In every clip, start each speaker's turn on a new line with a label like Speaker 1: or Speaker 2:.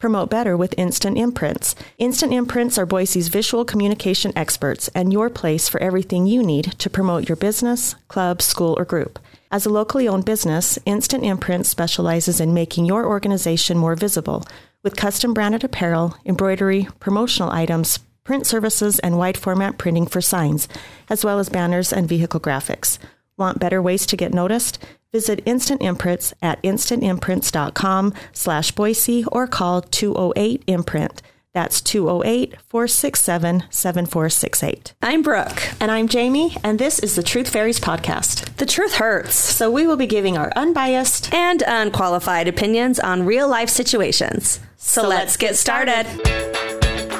Speaker 1: Promote better with Instant Imprints. Instant Imprints are Boise's visual communication experts and your place for everything you need to promote your business, club, school, or group. As a locally owned business, Instant Imprints specializes in making your organization more visible with custom branded apparel, embroidery, promotional items, print services, and wide format printing for signs, as well as banners and vehicle graphics. Want better ways to get noticed? Visit Instant Imprints at instantimprints.com slash Boise or call 208-IMPRINT. That's 208-467-7468.
Speaker 2: I'm Brooke.
Speaker 1: And I'm Jamie, and this is the Truth Fairies Podcast.
Speaker 2: The truth hurts.
Speaker 1: So we will be giving our unbiased...
Speaker 2: And unqualified opinions on real life situations. So,
Speaker 1: So
Speaker 2: let's
Speaker 1: let's
Speaker 2: get
Speaker 1: get
Speaker 2: started.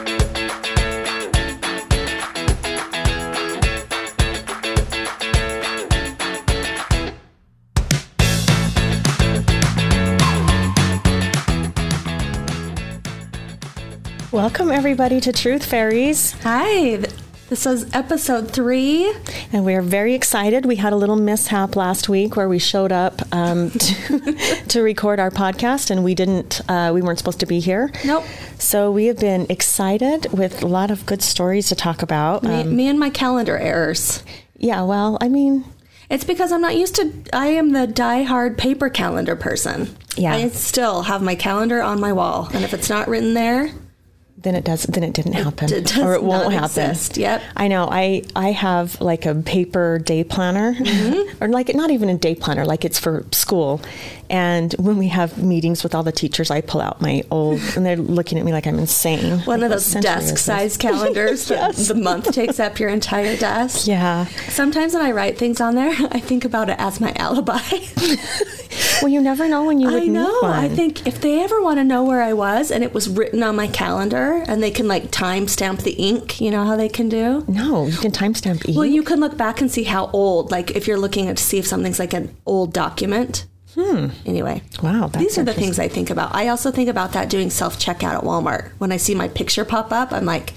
Speaker 1: Welcome, everybody, to Truth Fairies.
Speaker 2: Hi, th- this is episode three.
Speaker 1: And we are very excited. We had a little mishap last week where we showed up um, to, to record our podcast, and we didn't. Uh, we weren't supposed to be here.
Speaker 2: Nope.
Speaker 1: So we have been excited with a lot of good stories to talk about.
Speaker 2: Me,
Speaker 1: Um,
Speaker 2: me and my calendar errors.
Speaker 1: yeah. Well, I mean,
Speaker 2: It's because I'm not used to. I am the die-hard paper calendar person.
Speaker 1: Yeah.
Speaker 2: I still have my calendar on my wall, and if it's not written there,
Speaker 1: then it does. Then it didn't happen,
Speaker 2: d- does
Speaker 1: or it
Speaker 2: not
Speaker 1: won't happen.
Speaker 2: exist. Yep.
Speaker 1: I know. I I have like a paper day planner,
Speaker 2: Mm-hmm.
Speaker 1: or like not even a day planner. Like it's for school. And when we have meetings with all the teachers, I pull out my old, and they're looking at me like I'm insane.
Speaker 2: one of
Speaker 1: Like, what
Speaker 2: those
Speaker 1: century is this?
Speaker 2: desk-sized calendars that
Speaker 1: Yes.
Speaker 2: the month takes up your entire desk.
Speaker 1: Yeah.
Speaker 2: Sometimes when I write things on there, I think about it as my alibi.
Speaker 1: Well, you never know when you would
Speaker 2: I know.
Speaker 1: need one.
Speaker 2: I think if they ever want to know where I was and it was written on my calendar, and they can like timestamp the ink, you know how they can do.
Speaker 1: No, you can timestamp E.
Speaker 2: Well, you can look back and see how old, like if you're looking at to see if something's like an old document. Hmm. Anyway.
Speaker 1: wow, that's
Speaker 2: These are the things I think about. I also think about that doing self checkout at Walmart. When I see my picture pop up, I'm like,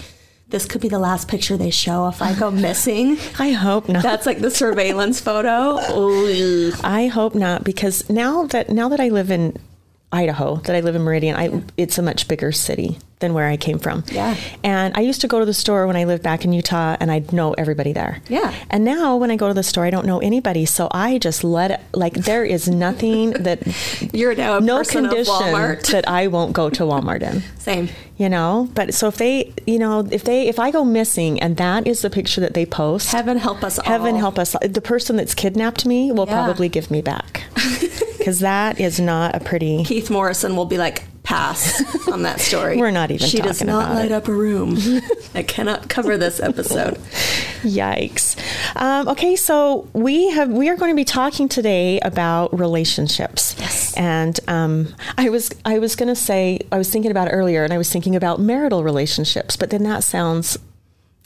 Speaker 2: this could be the last picture they show if I go missing.
Speaker 1: I hope not.
Speaker 2: That's like the surveillance photo. Ooh.
Speaker 1: I hope not because now that now that I live in Idaho, that I live in Meridian, I it's a much bigger city than where I came from.
Speaker 2: Yeah.
Speaker 1: And I used to go to the store when I lived back in Utah and I'd know everybody there.
Speaker 2: Yeah.
Speaker 1: And now when I go to the store I don't know anybody, so I just let it like there is nothing that
Speaker 2: You're now a
Speaker 1: no
Speaker 2: person of
Speaker 1: condition
Speaker 2: Walmart.
Speaker 1: that I won't go to Walmart in.
Speaker 2: Same.
Speaker 1: You know? But so if they you know, if they if I go missing and that is the picture that they post
Speaker 2: Heaven help us all.
Speaker 1: Heaven help us. The person that's kidnapped me will
Speaker 2: Yeah.
Speaker 1: probably give me back. Because that is not a pretty.
Speaker 2: Keith Morrison will be like, pass on that story.
Speaker 1: We're not even
Speaker 2: She does
Speaker 1: talking
Speaker 2: not
Speaker 1: about
Speaker 2: light
Speaker 1: it.
Speaker 2: up a room. I cannot cover this episode.
Speaker 1: Yikes. Um, okay, so we have we are going to be talking today about relationships.
Speaker 2: Yes.
Speaker 1: And um, I was I was going to say I was thinking about it earlier, and I was thinking about marital relationships, but then that sounds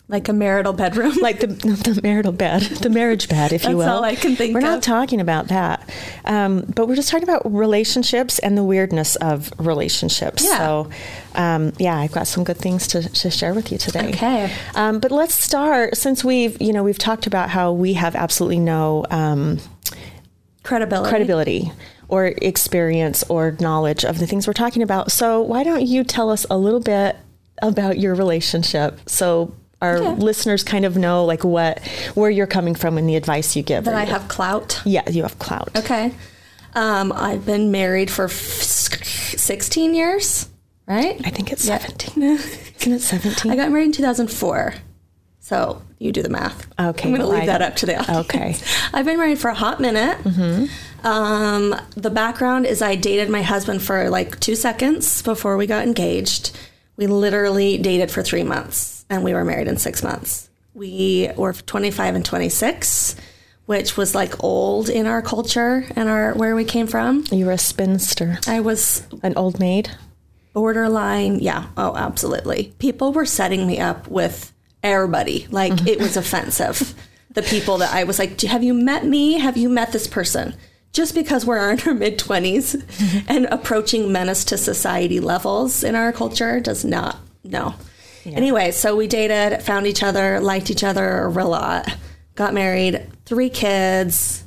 Speaker 2: Like a marital bedroom.
Speaker 1: like the, the marital bed, the marriage bed, if you will.
Speaker 2: That's all I can think
Speaker 1: We're not
Speaker 2: of.
Speaker 1: talking about that, um, but we're just talking about relationships and the weirdness of relationships.
Speaker 2: Yeah.
Speaker 1: So, um, yeah, I've got some good things to, to share with you today.
Speaker 2: Okay.
Speaker 1: Um, but let's start since we've you know we've talked about how we have absolutely no um,
Speaker 2: credibility.
Speaker 1: credibility. Or experience or knowledge of the things we're talking about. So, why don't you tell us a little bit about your relationship so our
Speaker 2: Yeah.
Speaker 1: listeners kind of know like what where you're coming from and the advice you give?
Speaker 2: That
Speaker 1: or
Speaker 2: I
Speaker 1: your-
Speaker 2: have clout.
Speaker 1: yeah, you have clout.
Speaker 2: Okay. Um, I've been married for f- 16 years, right?
Speaker 1: I think it's
Speaker 2: Yeah.
Speaker 1: 17. Isn't it 17?
Speaker 2: I got married in 2004. So you do the math.
Speaker 1: Okay,
Speaker 2: I'm going to
Speaker 1: well,
Speaker 2: leave
Speaker 1: I
Speaker 2: that
Speaker 1: don't-
Speaker 2: up to the audience.
Speaker 1: Okay. Mm-hmm.
Speaker 2: I've been married for a hot minute. Um, the background is I dated my husband for like two seconds before we got engaged. We literally dated for three months and we were married in six months. We were 25 and 26, which was like old in our culture and our where we came from.
Speaker 1: you were a spinster,
Speaker 2: I was
Speaker 1: an old maid.
Speaker 2: borderline. Yeah. Oh, absolutely. People were setting me up with everybody. Like it was offensive. The people that I was like, "Do- have you met me? Have you met this person? Just because we're in our mid 20s and approaching menace to society levels in our culture does not, no. Anyway, so we dated, found each other, liked each other a real lot, got married, three kids.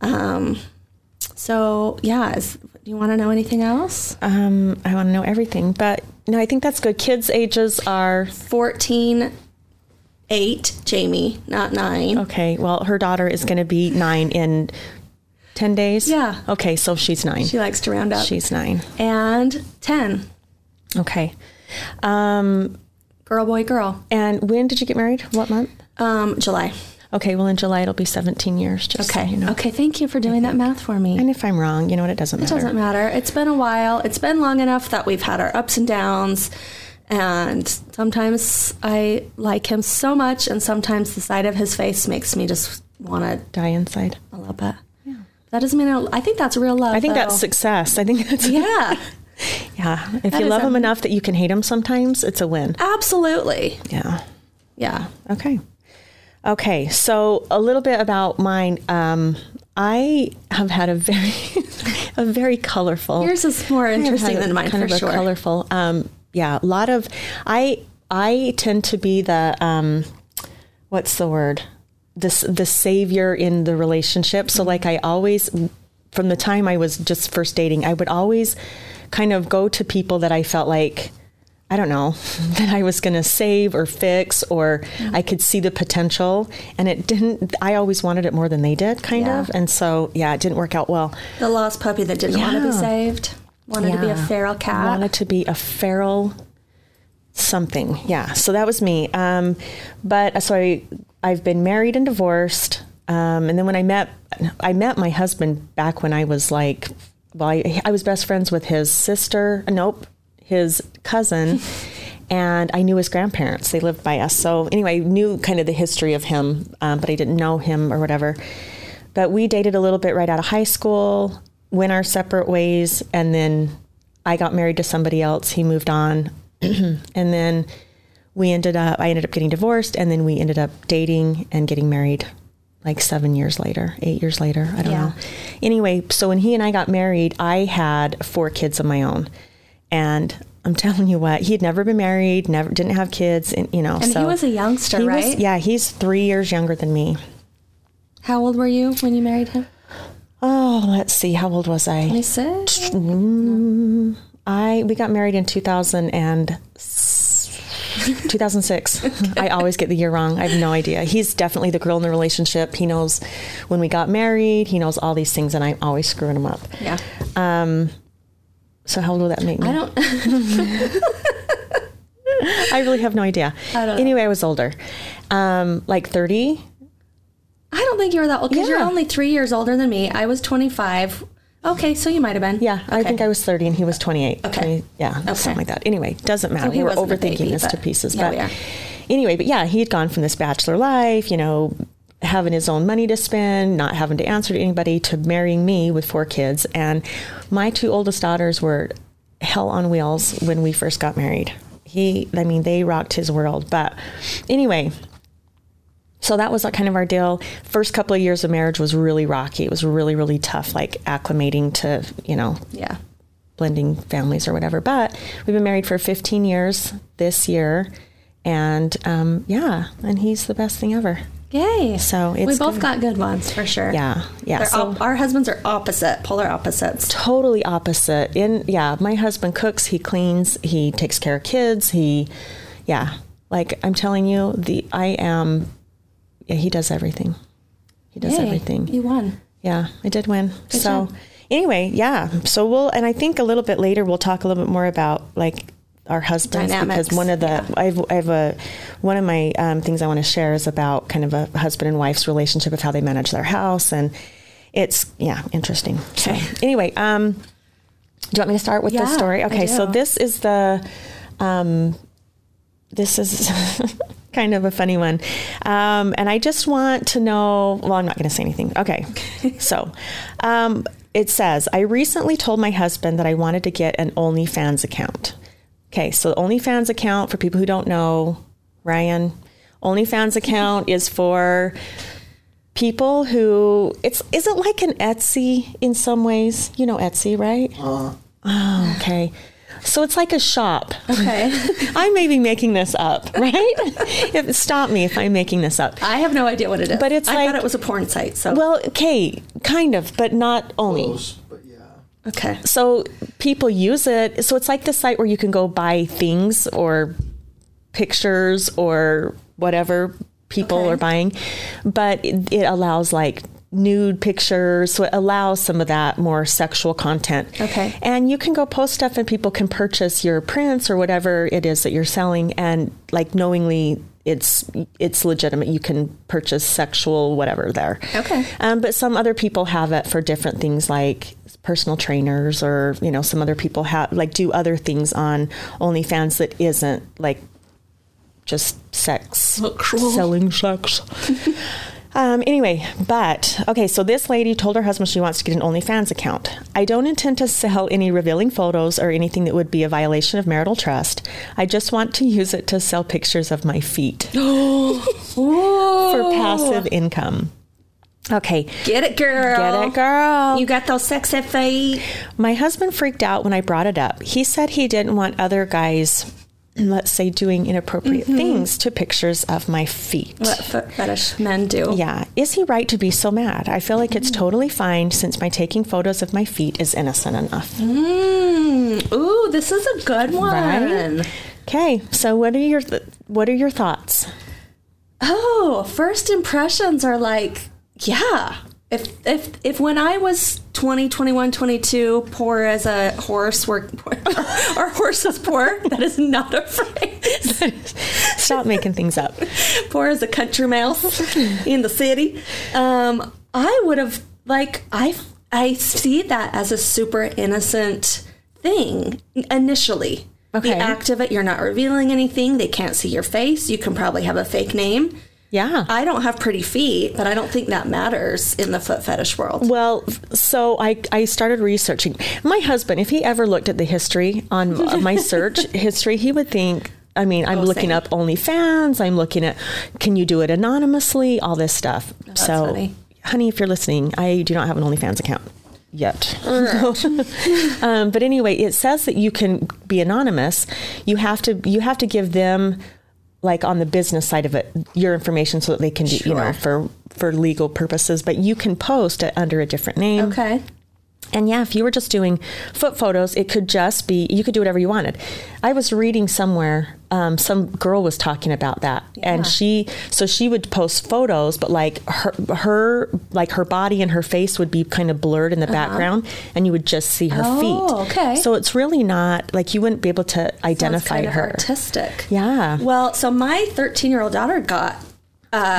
Speaker 2: Um, so, yeah, is, do you want to know anything else?
Speaker 1: Um, I want to know everything, but no, I think that's good. Kids' ages are
Speaker 2: 14, 8, Jamie, not 9.
Speaker 1: okay. Well, her daughter is going to be nine in ten days.
Speaker 2: Yeah.
Speaker 1: Okay, so she's nine.
Speaker 2: She likes to round up.
Speaker 1: she's nine.
Speaker 2: and 10
Speaker 1: Okay. Um,
Speaker 2: girl boy girl
Speaker 1: and when did you get married? What month?
Speaker 2: um july
Speaker 1: Okay. Well, in July it'll be seventeen years. Just so
Speaker 2: okay
Speaker 1: you know.
Speaker 2: okay thank you for doing that math for me
Speaker 1: And if I'm wrong, you know what? It doesn't
Speaker 2: it
Speaker 1: matter.
Speaker 2: doesn't matter it's been a while it's been long enough that we've had our ups and downs and sometimes i like him so much and sometimes the side of his face makes me just want
Speaker 1: Die inside.
Speaker 2: to love it yeah that doesn't mean I, don't- I think that's real love
Speaker 1: I think that's
Speaker 2: though.
Speaker 1: success. I think that's
Speaker 2: yeah
Speaker 1: yeah. If
Speaker 2: That
Speaker 1: you
Speaker 2: is
Speaker 1: love
Speaker 2: a-
Speaker 1: them enough that you can hate them sometimes, it's a win.
Speaker 2: absolutely
Speaker 1: Yeah.
Speaker 2: yeah
Speaker 1: Okay. Okay. So a little bit about mine. Um, I have had a very, a very colorful.
Speaker 2: yours is more
Speaker 1: I have
Speaker 2: interesting
Speaker 1: had
Speaker 2: than mine
Speaker 1: kind
Speaker 2: for
Speaker 1: of a
Speaker 2: sure
Speaker 1: Colorful. Um, yeah. A lot of. I I tend to be the um, what's the word? This the savior in the relationship. So like I always, from the time I was just first dating, I would always kind of go to people that I felt like. I don't know that I was going to save or fix, or
Speaker 2: Mm-hmm.
Speaker 1: I could see the potential, and it didn't. I always wanted it more than they did, kind
Speaker 2: Yeah.
Speaker 1: of, and so yeah, it didn't work out well.
Speaker 2: the lost puppy that didn't want to be
Speaker 1: Yeah.
Speaker 2: saved wanted to be a
Speaker 1: Yeah.
Speaker 2: feral cat
Speaker 1: wanted to be a feral something. Yeah. So that was me. Um, but so I, I've been married and divorced. Um, and then when I met, I met my husband back when I was like, well, I, I was best friends with his sister. uh, Nope. His cousin. and I knew his grandparents. They lived by us. So anyway, I knew kind of the history of him, um, but I didn't know him or whatever. But we dated a little bit right out of high school, went our separate ways, and then I got married to somebody else. He moved on, and then we ended up. I ended up getting divorced, and then we ended up dating and getting married, like seven years later, eight years later. I don't
Speaker 2: Yeah.
Speaker 1: know. Anyway, so when he and I got married, I had four kids of my own, and I'm telling you what, he had never been married, never didn't have kids, and you know,
Speaker 2: and
Speaker 1: so
Speaker 2: he was a youngster
Speaker 1: he was-
Speaker 2: right
Speaker 1: yeah, he's three years younger than me.
Speaker 2: How old were you when you married him?
Speaker 1: Oh, let's see, how old was I?
Speaker 2: I said
Speaker 1: I we got married in 2000 and s- 2006. I always get the year wrong. I have no idea. He's definitely the girl in the relationship. He knows when we got married. He knows all these things, and I'm always screwing him up.
Speaker 2: Yeah.
Speaker 1: So how old will that make me?
Speaker 2: I
Speaker 1: I,
Speaker 2: don't
Speaker 1: really have no idea.
Speaker 2: I don't know.
Speaker 1: anyway, I was older, um, like 30.
Speaker 2: I don't think you were that old because you're
Speaker 1: Yeah.
Speaker 2: only three years older than me. I was twenty five. Okay, so you might have been.
Speaker 1: Yeah, I
Speaker 2: Okay.
Speaker 1: think I was 30 and he was 28.
Speaker 2: Okay.
Speaker 1: 20 yeah, something like that. Anyway, doesn't matter.
Speaker 2: he
Speaker 1: We're
Speaker 2: wasn't a
Speaker 1: overthinking
Speaker 2: baby,
Speaker 1: this to
Speaker 2: but-
Speaker 1: pieces.
Speaker 2: yeah, we
Speaker 1: but
Speaker 2: are.
Speaker 1: anyway, but yeah, he had gone from this bachelor life, you know, having his own money to spend, not having to answer to anybody, to marrying me with four kids. And my two oldest daughters were hell on wheels when we first got married. He, I mean, they rocked his world. But anyway, so that was like kind of our deal. First couple of years of marriage was really rocky. It was really, really tough, like acclimating to, you know,
Speaker 2: Yeah.
Speaker 1: blending families or whatever. But we've been married for 15 years this year. And um, yeah, and he's the best thing ever.
Speaker 2: Yay.
Speaker 1: So
Speaker 2: we
Speaker 1: it's
Speaker 2: both
Speaker 1: good.
Speaker 2: got good ones for sure.
Speaker 1: Yeah, yeah.
Speaker 2: They're
Speaker 1: so
Speaker 2: op- our husbands are opposite, polar opposites.
Speaker 1: totally opposite. In yeah, my husband cooks, he cleans, he takes care of kids, he yeah. Like I'm telling you, the I am yeah, he does everything. He does
Speaker 2: Yay,
Speaker 1: everything.
Speaker 2: You won.
Speaker 1: Yeah, I did win. so
Speaker 2: job.
Speaker 1: anyway, yeah. So we'll and I think a little bit later we'll talk a little bit more about like our husbands
Speaker 2: Dynamics,
Speaker 1: because one of the I've I've a one of my um, things I want to share is about kind of a husband and wife's relationship of how they manage their house and it's yeah interesting.
Speaker 2: Okay.
Speaker 1: So anyway, um, do you want me to start with the
Speaker 2: Yeah,
Speaker 1: story?
Speaker 2: I
Speaker 1: Okay, so
Speaker 2: do.
Speaker 1: this is the um, this is kind of a funny one. Um, and I just want to know well, I'm not going to say anything. Okay. so um, it says I recently told my husband that I wanted to get an OnlyFans account. Okay. So, the OnlyFans account, for people who don't know, Ryan OnlyFans account is for people who it's is it like an Etsy in some ways? You know Etsy, right? Oh, okay. So it's like a shop.
Speaker 2: Okay.
Speaker 1: I may be making this up, right? if, stop me if I'm making this up.
Speaker 2: I have no idea what it is.
Speaker 1: But it's
Speaker 2: I
Speaker 1: like-
Speaker 2: thought it was a porn site. So
Speaker 1: Well, okay, kind of, but not only.
Speaker 3: Close, but yeah.
Speaker 2: okay.
Speaker 1: So people use it. So it's like the site where you can go buy things or pictures or whatever people
Speaker 2: Okay.
Speaker 1: are buying, but it, it allows like nude pictures. So it allows some of that more sexual content.
Speaker 2: Okay.
Speaker 1: And you can go post stuff and people can purchase your prints or whatever it is that you're selling and like knowingly it's it's legitimate. You can purchase sexual whatever there.
Speaker 2: Okay.
Speaker 1: Um, but some other people have it for different things like personal trainers or, you know, some other people have like do other things on OnlyFans that isn't like just sex
Speaker 3: Sexual.
Speaker 1: selling sex. um, anyway, but okay, so this lady told her husband she wants to get an OnlyFans account. I don't intend to sell any revealing photos or anything that would be a violation of marital trust. I just want to use it to sell pictures of my feet for
Speaker 2: Oh.
Speaker 1: passive income. Okay,
Speaker 2: Get it, girl.
Speaker 1: get it, girl.
Speaker 2: You got those sexy feet.
Speaker 1: My husband freaked out when I brought it up. He said he didn't want other guys, let's say, doing inappropriate
Speaker 2: Mm-hmm.
Speaker 1: things to pictures of my feet.
Speaker 2: What foot fetish men do.
Speaker 1: Yeah. Is he right to be so mad? I feel like it's totally fine since my taking photos of my feet is innocent enough.
Speaker 2: Mm, ooh, this is a good one.
Speaker 1: Right? Okay. So what are your th- what are your thoughts?
Speaker 2: Oh, first impressions are like, yeah. If if if when I was 20, 21, 22, poor as a horse, were our horse is poor. That is not a phrase.
Speaker 1: Stop making things up.
Speaker 2: poor as a country mouse in the city. Um, I would have like I I see that as a super innocent thing initially.
Speaker 1: Okay.
Speaker 2: The act of it, you're not revealing anything. They can't see your face. You can probably have a fake name.
Speaker 1: Yeah.
Speaker 2: I don't have pretty feet, but I don't think that matters in the foot fetish world.
Speaker 1: Well, so I, I started researching. My husband, if he ever looked at the history on my search history, he would think, I mean, I'm looking
Speaker 2: Oh, same.
Speaker 1: up OnlyFans, I'm looking at can you do it anonymously, all this stuff. so,
Speaker 2: Oh, funny.
Speaker 1: honey, if you're listening, I do not have an OnlyFans account yet. um, but anyway, it says that you can be anonymous. You have to you have to give them like on the business side of it your information so that they can do you know
Speaker 2: Sure.
Speaker 1: for for legal purposes. But you can post it under a different name.
Speaker 2: Okay.
Speaker 1: And yeah, if you were just doing foot photos, it could just be you could do whatever you wanted. I was reading somewhere, um, some girl was talking about that,
Speaker 2: Yeah.
Speaker 1: and she so she would post photos, but like her her like her body and her face would be kind of blurred in the background, and you would just see her
Speaker 2: Uh-huh. Oh,
Speaker 1: feet.
Speaker 2: okay.
Speaker 1: so it's really not like you wouldn't be able to
Speaker 2: Sounds
Speaker 1: identify
Speaker 2: kind of
Speaker 1: her.
Speaker 2: artistic.
Speaker 1: Yeah,
Speaker 2: Well, so my 13 year old daughter got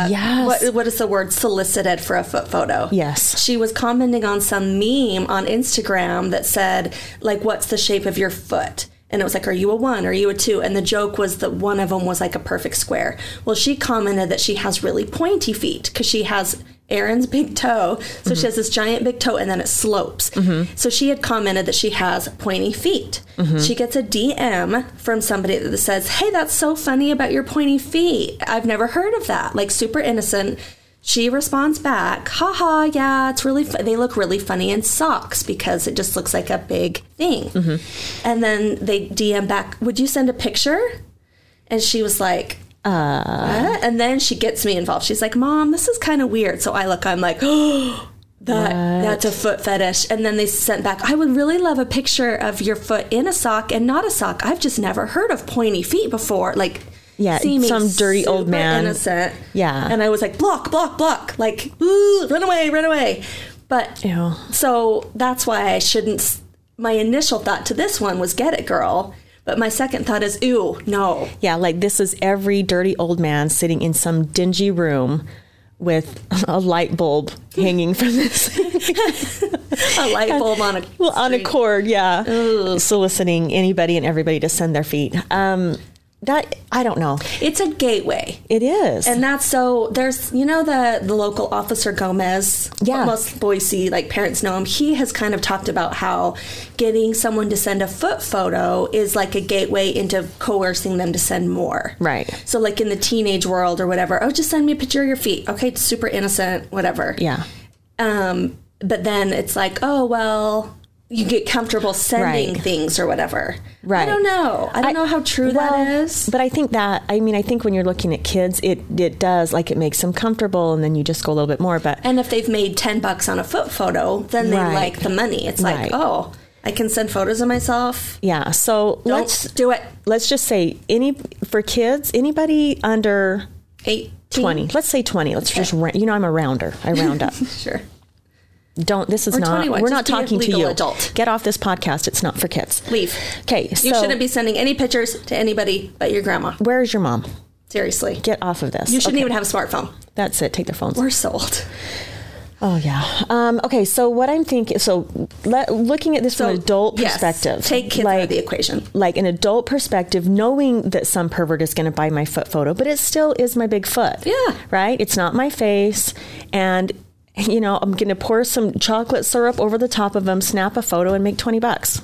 Speaker 1: yes,
Speaker 2: what, what is the word solicited for a foot photo?
Speaker 1: Yes.
Speaker 2: She was commenting on some meme on Instagram that said, like, what's the shape of your foot? And it was like, are you a one? Are you a two? And the joke was that one of them was like a perfect square. Well, she commented that she has really pointy feet because she has Aaron's big toe. So she has this giant big toe and then it slopes. So she had commented that she has pointy feet. She gets a DM from somebody that says, hey, that's so funny about your pointy feet. I've never heard of that. Like, super innocent. She responds back, haha, yeah, it's really, fu- they look really funny in socks because it just looks like a big thing.
Speaker 1: Mm-hmm.
Speaker 2: And then they DM back, would you send a picture? And she was like, uh, and then she gets me involved. She's like, mom, this is kind of weird. So I look, I'm like, oh, that, that's a foot fetish. And then they sent back, I would really love a picture of your foot in a sock and not a sock. I've just never heard of pointy feet before. Like,
Speaker 1: Yeah,
Speaker 2: seeming
Speaker 1: some dirty old
Speaker 2: super
Speaker 1: man.
Speaker 2: Innocent.
Speaker 1: Yeah.
Speaker 2: And I was like, block, block, block. Like, ooh, run away, run away. But
Speaker 1: Ew.
Speaker 2: so that's why I shouldn't. s- My initial thought to this one was get it, girl. But my second thought is, ew, no.
Speaker 1: Yeah, like this is every dirty old man sitting in some dingy room with a light bulb hanging from this
Speaker 2: A light bulb on a.
Speaker 1: on a cord, yeah, soliciting anybody and everybody to send their feet. Um, that I don't know.
Speaker 2: It's a gateway.
Speaker 1: It is.
Speaker 2: And that's so there's you know the the local officer Gomez.
Speaker 1: Yeah.
Speaker 2: Most Boise like parents know him. He has kind of talked about how getting someone to send a foot photo is like a gateway into coercing them to send more.
Speaker 1: Right.
Speaker 2: So like in the teenage world or whatever, oh just send me a picture of your feet. Okay, it's super innocent, whatever.
Speaker 1: yeah.
Speaker 2: Um but then it's like, oh well, you get comfortable sending
Speaker 1: Right.
Speaker 2: things or whatever. I
Speaker 1: Right.
Speaker 2: don't know. I don't know how true that
Speaker 1: Well,
Speaker 2: is.
Speaker 1: But I think that I mean I think when you're looking at kids, it it does like it makes them comfortable, and then you just go a little bit more. But
Speaker 2: And if they've made 10 bucks on a foot photo, then they
Speaker 1: Right.
Speaker 2: like the money. It's
Speaker 1: Right.
Speaker 2: like, oh, I can send photos of myself.
Speaker 1: yeah, so
Speaker 2: Don't
Speaker 1: let's
Speaker 2: do it.
Speaker 1: let's just say any for kids, anybody under
Speaker 2: 18. Mm-hmm.
Speaker 1: 20 let's say 20 let's just
Speaker 2: Eh.
Speaker 1: ra- you know i'm a rounder i round up
Speaker 2: Sure.
Speaker 1: don't this is not
Speaker 2: 21.
Speaker 1: we're
Speaker 2: Just
Speaker 1: not
Speaker 2: be a
Speaker 1: talking to
Speaker 2: legal
Speaker 1: you
Speaker 2: adult.
Speaker 1: get off this podcast it's not for kids
Speaker 2: Leave.
Speaker 1: okay so
Speaker 2: You shouldn't be sending any pictures to anybody but your grandma.
Speaker 1: where is your mom
Speaker 2: Seriously.
Speaker 1: get off of this
Speaker 2: You shouldn't
Speaker 1: Okay,
Speaker 2: even have a smartphone.
Speaker 1: that's it take their phones
Speaker 2: We're sold.
Speaker 1: oh yeah um, okay so what i'm thinking so let, looking at this from an adult
Speaker 2: yes,
Speaker 1: perspective
Speaker 2: Take kids out of the equation.
Speaker 1: like an adult perspective, knowing that some pervert is going to buy my foot photo, but it still is my big foot.
Speaker 2: Yeah.
Speaker 1: Right? It's not my face. And, you know, I'm going to pour some chocolate syrup over the top of them, snap a photo, and make 20 bucks.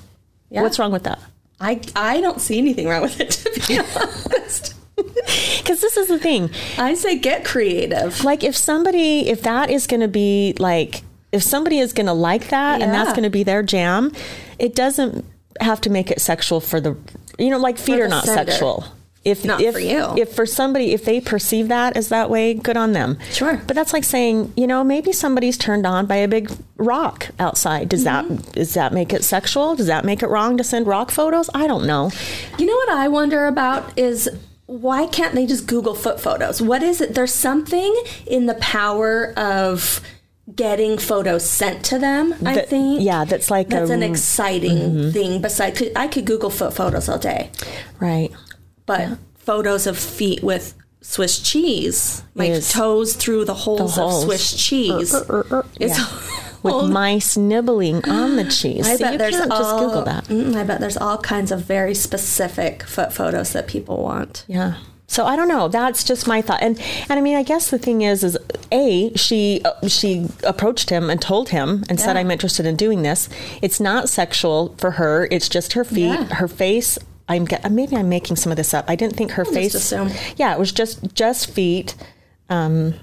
Speaker 2: Yeah.
Speaker 1: What's wrong with that?
Speaker 2: I, I don't see anything wrong with it, to be honest.
Speaker 1: Because this is the thing.
Speaker 2: I say get creative.
Speaker 1: Like, if somebody, if that is going to be like, if somebody is going to like that and that's
Speaker 2: Yeah.
Speaker 1: going to be their jam, it doesn't have to make it sexual for the, you know, like feet
Speaker 2: For
Speaker 1: are
Speaker 2: the
Speaker 1: not
Speaker 2: sender.
Speaker 1: sexual. If,
Speaker 2: Not
Speaker 1: if,
Speaker 2: for you.
Speaker 1: If for somebody, if they perceive that as that way, good on them.
Speaker 2: Sure.
Speaker 1: But that's like saying, you know, maybe somebody's turned on by a big rock outside. Does
Speaker 2: Mm-hmm.
Speaker 1: that does that make it sexual? Does that make it wrong to send rock photos? I don't know.
Speaker 2: You know what I wonder about is why can't they just Google foot photos? What is it? There's something in the power of getting photos sent to them. I
Speaker 1: That-
Speaker 2: think
Speaker 1: yeah, that's like
Speaker 2: that's
Speaker 1: a- Mm-hmm.
Speaker 2: an exciting thing. Besides, could- I could Google foot photos all day,
Speaker 1: Right.
Speaker 2: but photos of feet with Swiss cheese, like
Speaker 1: Is-
Speaker 2: toes through the holes,
Speaker 1: holes.
Speaker 2: of Swiss cheese, is
Speaker 1: Uh, Yeah. With mice nibbling on the cheese.
Speaker 2: I
Speaker 1: So
Speaker 2: bet
Speaker 1: you
Speaker 2: there's
Speaker 1: can't just
Speaker 2: all,
Speaker 1: Google that.
Speaker 2: Mm, I bet there's all kinds of very specific foot photos that people want.
Speaker 1: Yeah. So I don't know. That's just my thought. And and I mean, I guess the thing is, is a she uh, she approached him and told him and said,
Speaker 2: Yeah.
Speaker 1: "I'm interested in doing this. It's not sexual for her. It's just her feet,
Speaker 2: Yeah.
Speaker 1: her face." I'm ge- maybe I'm making some of this up. I didn't think her face.
Speaker 2: assume.
Speaker 1: Yeah, it was just just feet. Um,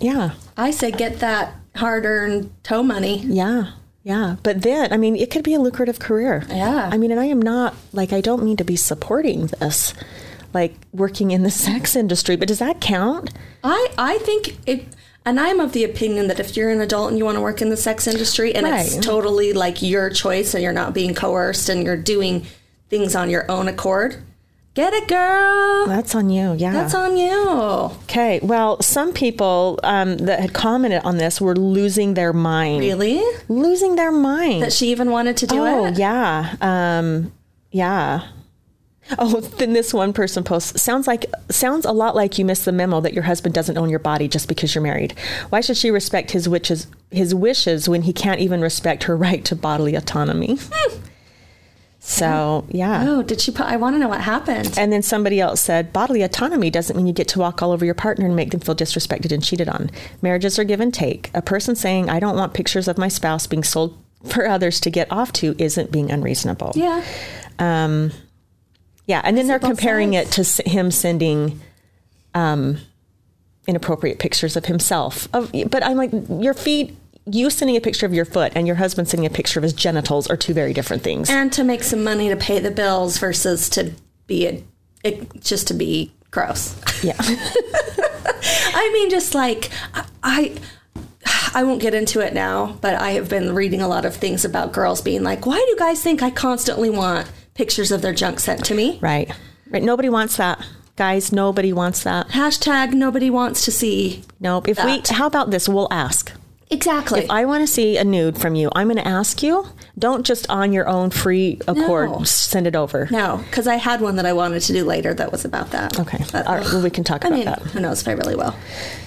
Speaker 1: yeah,
Speaker 2: I say get that hard earned tow money.
Speaker 1: yeah, yeah. But then, I mean, it could be a lucrative career.
Speaker 2: Yeah.
Speaker 1: I mean, and I am not like I don't mean to be supporting this, like working in the sex industry. But does that count?
Speaker 2: I, I think it, and I'm of the opinion that if you're an adult and you want to work in the sex industry and it's
Speaker 1: Right.
Speaker 2: totally like your choice and you're not being coerced and you're doing things on your own accord, get it, girl.
Speaker 1: That's on you. Yeah.
Speaker 2: That's on you.
Speaker 1: okay. Well, some people um, that had commented on this were losing their mind.
Speaker 2: Really?
Speaker 1: Losing their mind.
Speaker 2: That she even wanted to do
Speaker 1: oh,
Speaker 2: it?
Speaker 1: yeah. Um, yeah. Oh, then this one person posts sounds like sounds a lot like you missed the memo that your husband doesn't own your body just because you're married. Why should she respect his wishes his wishes when he can't even respect her right to bodily autonomy? so yeah.
Speaker 2: Hmm. Oh, did she put, I want to know what happened.
Speaker 1: And then somebody else said, bodily autonomy doesn't mean you get to walk all over your partner and make them feel disrespected and cheated on. Marriages are give and take. A person saying, I don't want pictures of my spouse being sold for others to get off to isn't being unreasonable.
Speaker 2: Yeah.
Speaker 1: Um, yeah. And then they're
Speaker 2: both
Speaker 1: comparing it to s- him sending um, inappropriate pictures of himself. Of, but I'm like, your feet, you sending a picture of your foot and your husband sending a picture of his genitals are two very different things.
Speaker 2: And to make some money to pay the bills versus to be a, it, just to be gross.
Speaker 1: yeah.
Speaker 2: I mean, just like I, I won't get into it now, but I have been reading a lot of things about girls being like, "Why do you guys think I constantly want pictures of their junk sent to me?"
Speaker 1: Right. Right. Nobody wants that. Guys, nobody wants that.
Speaker 2: Hashtag nobody wants to see.
Speaker 1: Nope. If
Speaker 2: That.
Speaker 1: we how about this? We'll ask.
Speaker 2: Exactly.
Speaker 1: I want to see a nude from you. I'm going to ask you. Don't just on your own free accord
Speaker 2: No.
Speaker 1: s- send it over.
Speaker 2: no, because I had one that I wanted to do later that was about that.
Speaker 1: Okay.
Speaker 2: But,
Speaker 1: All right, well, we can talk
Speaker 2: I
Speaker 1: about
Speaker 2: mean,
Speaker 1: that.
Speaker 2: who knows if I really will.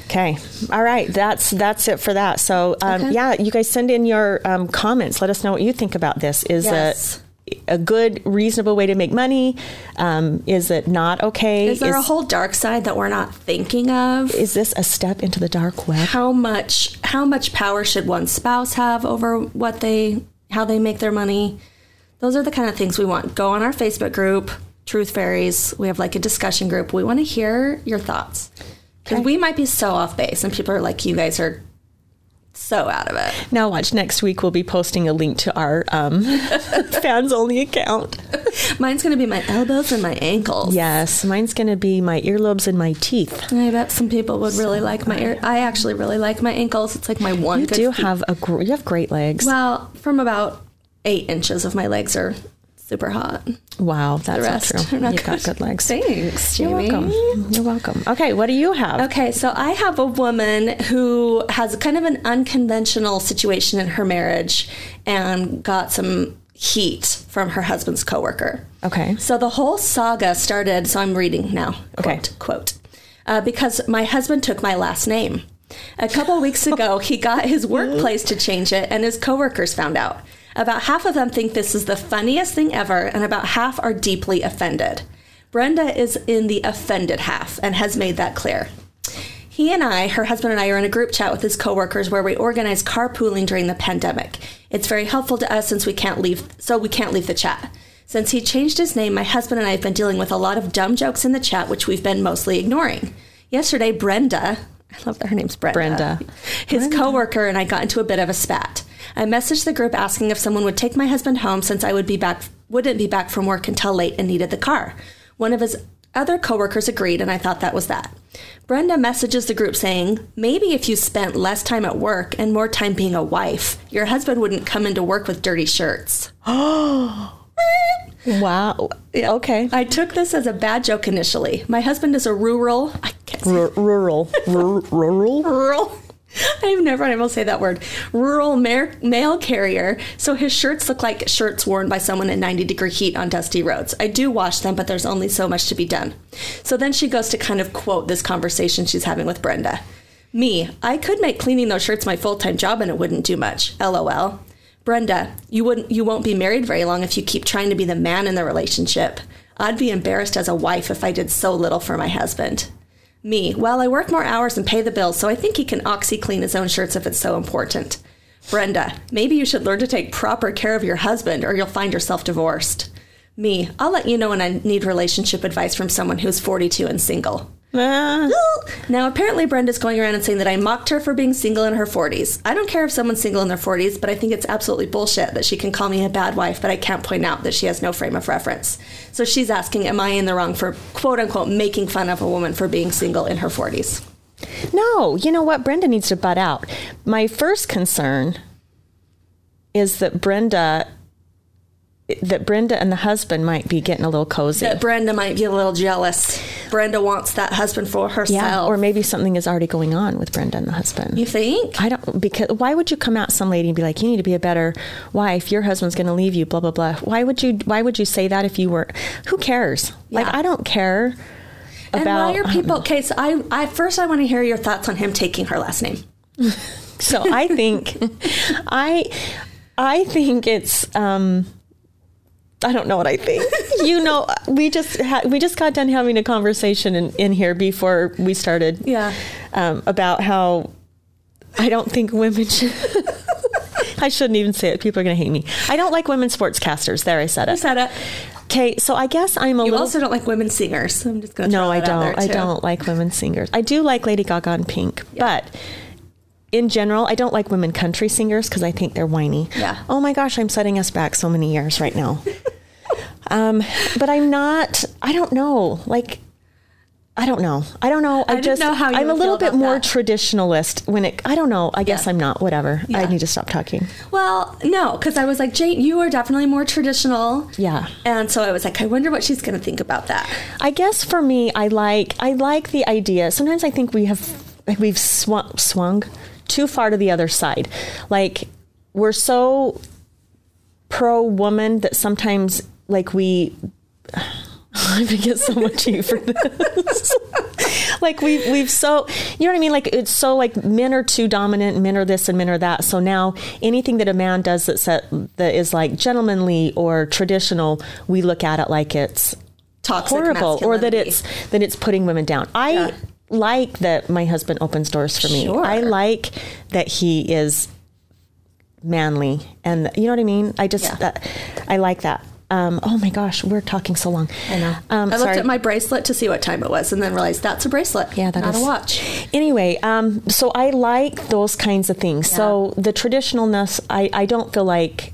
Speaker 1: Okay. All right. That's that's it for that. So um,
Speaker 2: Okay.
Speaker 1: yeah, you guys send in your um, comments. Let us know what you think about this. Is
Speaker 2: Yes.
Speaker 1: it a good, reasonable way to make money? Um, is it not okay?
Speaker 2: Is there a whole dark side that we're not thinking of?
Speaker 1: is this a step into the dark web?
Speaker 2: How much how much power should one spouse have over what they how they make their money? Those are the kind of things we want. Go on our Facebook group, Truth Fairies. We have like a discussion group. We want to hear your thoughts. Because we might be so off base and people are like, you guys are so out of it.
Speaker 1: Now, watch next week. We'll be posting a link to our um, fans only account.
Speaker 2: Mine's going to be my elbows and my ankles.
Speaker 1: Yes, mine's going to be my earlobes and my teeth.
Speaker 2: I bet some people would really like my ear. I actually really like my ankles. It's like my one
Speaker 1: You
Speaker 2: good
Speaker 1: do
Speaker 2: feat-
Speaker 1: have a gr- you have great legs.
Speaker 2: Well, from about eight inches of my legs are super hot.
Speaker 1: Wow, that's not
Speaker 2: rest
Speaker 1: true.
Speaker 2: are not
Speaker 1: You've got good legs.
Speaker 2: Thanks,
Speaker 1: You're
Speaker 2: Jamie.
Speaker 1: welcome. You're welcome. Okay, what do you have?
Speaker 2: Okay, so I have a woman who has kind of an unconventional situation in her marriage and got some heat from her husband's coworker.
Speaker 1: Okay.
Speaker 2: So the whole saga started. So I'm reading now.
Speaker 1: Okay.
Speaker 2: Quote, quote. Uh, because my husband took my last name. A couple weeks ago, he got his workplace to change it, and his coworkers found out. About half of them think this is the funniest thing ever, and about half are deeply offended. Brenda is in the offended half and has made that clear. He and I, her husband and I, are in a group chat with his coworkers where we organize carpooling during the pandemic. It's very helpful to us since we can't leave, so we can't leave the chat. Since he changed his name, my husband and I have been dealing with a lot of dumb jokes in the chat, which we've been mostly ignoring. Yesterday, Brenda, I love that her name's Brenda.
Speaker 1: Brenda.
Speaker 2: His coworker and I got into a bit of a spat. I messaged the group asking if someone would take my husband home since I would be back wouldn't be back from work until late and needed the car. One of his other coworkers agreed and I thought that was that. Brenda messages the group saying, "Maybe if you spent less time at work and more time being a wife, your husband wouldn't come into work with dirty shirts."
Speaker 1: Wow. Okay.
Speaker 2: I took this as a bad joke initially. My husband is a rural, I can't say
Speaker 1: R- rural. R- rural.
Speaker 2: rural. I've never been able to say that word. Rural ma- mail carrier. So his shirts look like shirts worn by someone in 90 degree heat on dusty roads. I do wash them, but there's only so much to be done. So then she goes to kind of quote this conversation she's having with Brenda. Me, I could make cleaning those shirts my full time job and it wouldn't do much. LOL. Brenda, you wouldn't you won't be married very long if you keep trying to be the man in the relationship. I'd be embarrassed as a wife if I did so little for my husband. Me, well, I work more hours and pay the bills, so I think he can oxy clean his own shirts if it's so important. Brenda, maybe you should learn to take proper care of your husband or you'll find yourself divorced. Me, I'll let you know when I need relationship advice from someone who's 42 and single. Uh.
Speaker 1: Ah.
Speaker 2: Now, apparently, Brenda's going around and saying that I mocked her for being single in her 40s. I don't care if someone's single in their 40s, but I think it's absolutely bullshit that she can call me a bad wife, but I can't point out that she has no frame of reference. So she's asking, Am I in the wrong for quote unquote making fun of a woman for being single in her 40s?
Speaker 1: No, you know what? Brenda needs to butt out. My first concern is that Brenda that Brenda and the husband might be getting a little cozy.
Speaker 2: That Brenda might be a little jealous. Brenda wants that husband for herself.
Speaker 1: yeah, or maybe something is already going on with Brenda and the husband.
Speaker 2: you think?
Speaker 1: I don't because why would you come out some lady and be like you need to be a better wife your husband's going to leave you blah blah blah why would you why would you say that if you were who cares like
Speaker 2: Yeah.
Speaker 1: I don't care
Speaker 2: And
Speaker 1: about um,
Speaker 2: why are people? Okay, so I, I first I want to hear your thoughts on him taking her last name.
Speaker 1: So I think I I think it's um I don't know what I think. You know, we just ha- we just got done having a conversation in, in here before we started.
Speaker 2: Yeah.
Speaker 1: Um, about how I don't think women should. I shouldn't even say it. People are going to hate me. I don't like women sportscasters. There, I said
Speaker 2: Is
Speaker 1: it.
Speaker 2: that a,
Speaker 1: Okay, so I guess I'm a
Speaker 2: you
Speaker 1: little.
Speaker 2: also don't like women singers. so I'm just going to
Speaker 1: No, I
Speaker 2: Out there
Speaker 1: don't. I
Speaker 2: too.
Speaker 1: don't like women singers. I do like Lady Gaga and Pink, but in general, I don't like women country singers because I think they're whiny.
Speaker 2: Yeah.
Speaker 1: Oh my gosh, I'm setting us back so many years right now. um, but I'm not. I don't know. Like. I don't know. I don't know. I,
Speaker 2: didn't
Speaker 1: just
Speaker 2: know how you
Speaker 1: I'm a
Speaker 2: would
Speaker 1: little
Speaker 2: feel
Speaker 1: bit
Speaker 2: about
Speaker 1: more
Speaker 2: that.
Speaker 1: traditionalist when it I don't know. I guess
Speaker 2: Yeah.
Speaker 1: I'm not. Whatever. I
Speaker 2: Yeah.
Speaker 1: need to stop talking.
Speaker 2: Well, no, because I was like, Jane, you are definitely more traditional.
Speaker 1: Yeah.
Speaker 2: And so I was like, I wonder what she's going to think about that.
Speaker 1: I guess for me, I like I like the idea. Sometimes I think we have we've swung, swung too far to the other side. Like we're so pro woman that sometimes like we I have to get so much heat for this. like we've we've so you know what I mean? Like it's so like men are too dominant, and men are this and men are that. So now anything that a man does that set, that is like gentlemanly or traditional, we look at it like it's
Speaker 2: Toxic
Speaker 1: horrible or that
Speaker 2: masculinity.
Speaker 1: it's that it's putting women down. I
Speaker 2: Yeah.
Speaker 1: like that my husband opens doors for me.
Speaker 2: Sure.
Speaker 1: I like that he is manly and you know what I mean? I just
Speaker 2: Yeah.
Speaker 1: that, I like that. Um, oh my gosh, we're talking so long.
Speaker 2: I know.
Speaker 1: Um,
Speaker 2: I looked
Speaker 1: sorry.
Speaker 2: at my bracelet to see what time it was, and then realized that's a bracelet.
Speaker 1: Yeah, that
Speaker 2: not
Speaker 1: is-
Speaker 2: a watch.
Speaker 1: Anyway, um, so I like those kinds of things. So the traditionalness, I, I don't feel like,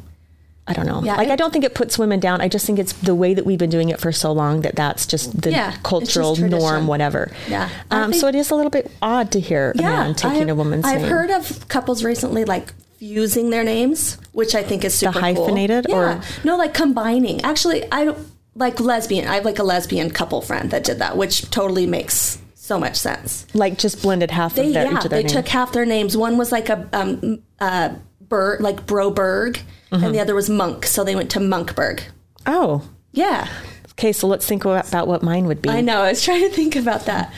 Speaker 1: I don't know.
Speaker 2: Yeah,
Speaker 1: like,
Speaker 2: it-
Speaker 1: I don't think it puts women down. I just think it's the way that we've been doing it for so long that that's just the
Speaker 2: Yeah, it's just
Speaker 1: cultural
Speaker 2: tradition.
Speaker 1: norm, whatever.
Speaker 2: Yeah. I
Speaker 1: Um,
Speaker 2: think-
Speaker 1: so it is a little bit odd to hear a man taking
Speaker 2: I've-
Speaker 1: a woman's
Speaker 2: I've
Speaker 1: name.
Speaker 2: heard of couples recently like fusing their names, which I think is super cool.
Speaker 1: hyphenated or-
Speaker 2: Yeah. no, like combining. Actually, I don't like lesbian. I have like a lesbian couple friend that did that, which totally makes so much sense.
Speaker 1: like just blended half
Speaker 2: They,
Speaker 1: of their,
Speaker 2: yeah,
Speaker 1: each of their
Speaker 2: they
Speaker 1: name.
Speaker 2: took half their names. One was like a um uh Bur- like Broberg,
Speaker 1: Mm-hmm.
Speaker 2: and the other was Monk. So they went to Monkberg.
Speaker 1: oh,
Speaker 2: Yeah,
Speaker 1: okay. So let's think about what mine would be.
Speaker 2: I know. I was trying to think about that.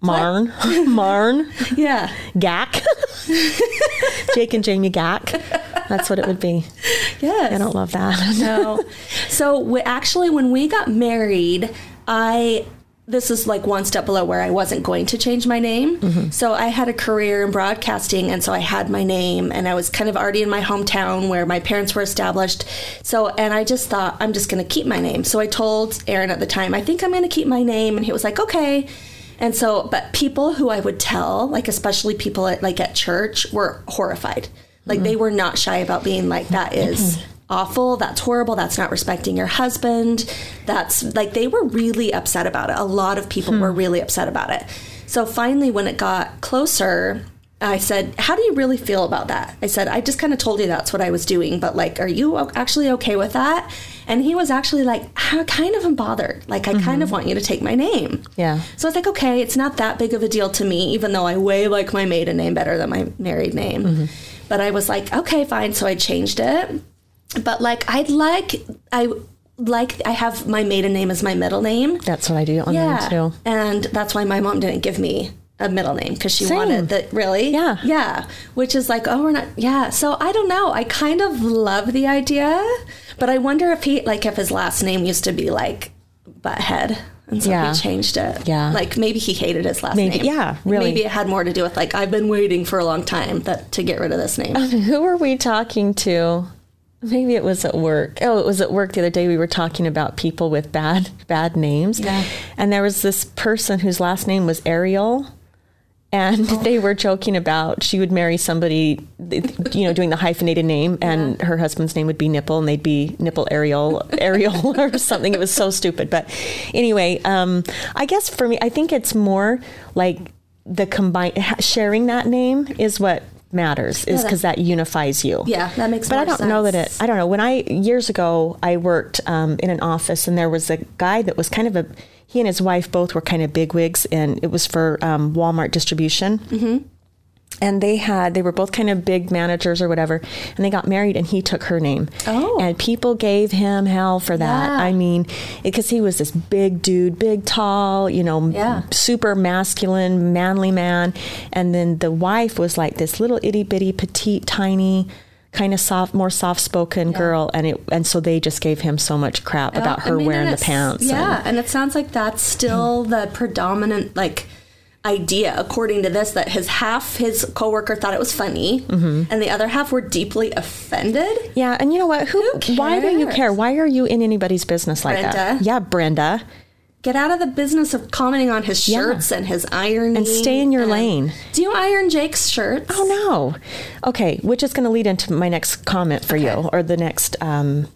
Speaker 1: Marn, Marn,
Speaker 2: Yeah,
Speaker 1: Gack, Jake and Jamie Gack. That's what it would be.
Speaker 2: yes.
Speaker 1: I don't love that.
Speaker 2: No. so we, actually, when we got married, I this is like one step below where I wasn't going to change my name. So I had a career in broadcasting, and so I had my name, and I was kind of already in my hometown where my parents were established. So, and I just thought I'm just going to keep my name. So I told Aaron at the time, I think I'm going to keep my name, and he was like, okay. And so, but people who I would tell, like especially people at like at church, were horrified. Like they were not shy about being like, that is awful. That's horrible. That's not respecting your husband. That's like they were really upset about it. A lot of people were really upset about it. So finally, when it got closer, I said, How do you really feel about that? I said, I just kind of told you that's what I was doing, but like, are you o- actually okay with that? And he was actually like, I kind of am bothered. Like, I kind of want you to take my name.
Speaker 1: Yeah.
Speaker 2: So I was like, okay, it's not that big of a deal to me, even though I way like my maiden name better than my married name. But I was like, okay, fine. So I changed it. But like, I'd like, I like, I have my maiden name as my middle name.
Speaker 1: That's what I do on mine too.
Speaker 2: And that's why my mom didn't give me a middle name because she
Speaker 1: Same.
Speaker 2: wanted the really
Speaker 1: Yeah.
Speaker 2: yeah which is like oh we're not yeah so i don't know i kind of love the idea but i wonder if he like if his last name used to be like butthead and so
Speaker 1: Yeah.
Speaker 2: he changed it
Speaker 1: Yeah.
Speaker 2: like maybe he hated his last
Speaker 1: Maybe-
Speaker 2: name
Speaker 1: yeah, really.
Speaker 2: maybe it had more to do with like i've been waiting for a long time that to get rid of this name
Speaker 1: Who were we talking to? Maybe it was at work. Oh, it was at work the other day. We were talking about people with bad bad names.
Speaker 2: Yeah.
Speaker 1: And there was this person whose last name was Ariel. And
Speaker 2: Oh.
Speaker 1: they were joking about she would marry somebody, you know, doing the hyphenated name, and her husband's name would be Nipple, and they'd be Nipple Ariel, Ariel or something. It was so stupid. But anyway, um, I guess for me, I think it's more like the combine sharing that name is what matters, is
Speaker 2: Yeah.
Speaker 1: because that unifies you.
Speaker 2: yeah that makes
Speaker 1: But
Speaker 2: more
Speaker 1: I don't know that
Speaker 2: sense.
Speaker 1: it. I don't know. When I years ago, I worked um, in an office, and there was a guy that was kind of a. He and his wife both were kind of bigwigs, and it was for um, Walmart distribution. Mm-hmm. And they had they were both kind of big managers or whatever, and they got married, and he took her name.
Speaker 2: Oh.
Speaker 1: and people gave him hell for that.
Speaker 2: Yeah.
Speaker 1: I mean, because he was this big dude, big, tall, you know,
Speaker 2: Yeah.
Speaker 1: super masculine, manly man. And then the wife was like this little itty bitty, petite, tiny, kind of soft, more soft spoken girl. And it, and so they just gave him so much crap about
Speaker 2: I
Speaker 1: her
Speaker 2: mean,
Speaker 1: wearing
Speaker 2: and
Speaker 1: the
Speaker 2: it's-
Speaker 1: pants. Mm.
Speaker 2: Yeah, and, it sounds like that's still the predominant like idea according to this that his half his coworker thought it was funny
Speaker 1: Mm-hmm.
Speaker 2: and the other half were deeply offended.
Speaker 1: Yeah, and you know what? Who?
Speaker 2: Who
Speaker 1: Why do you
Speaker 2: cares?
Speaker 1: care? Why are you in anybody's business like that?
Speaker 2: Brenda.
Speaker 1: Yeah, Brenda,
Speaker 2: Get out of the business of commenting on his shirts and his ironing
Speaker 1: and stay in your
Speaker 2: and-
Speaker 1: lane.
Speaker 2: Do you iron Jake's shirts?
Speaker 1: Oh no. Okay, which is going to lead into my next comment for you, or the next um,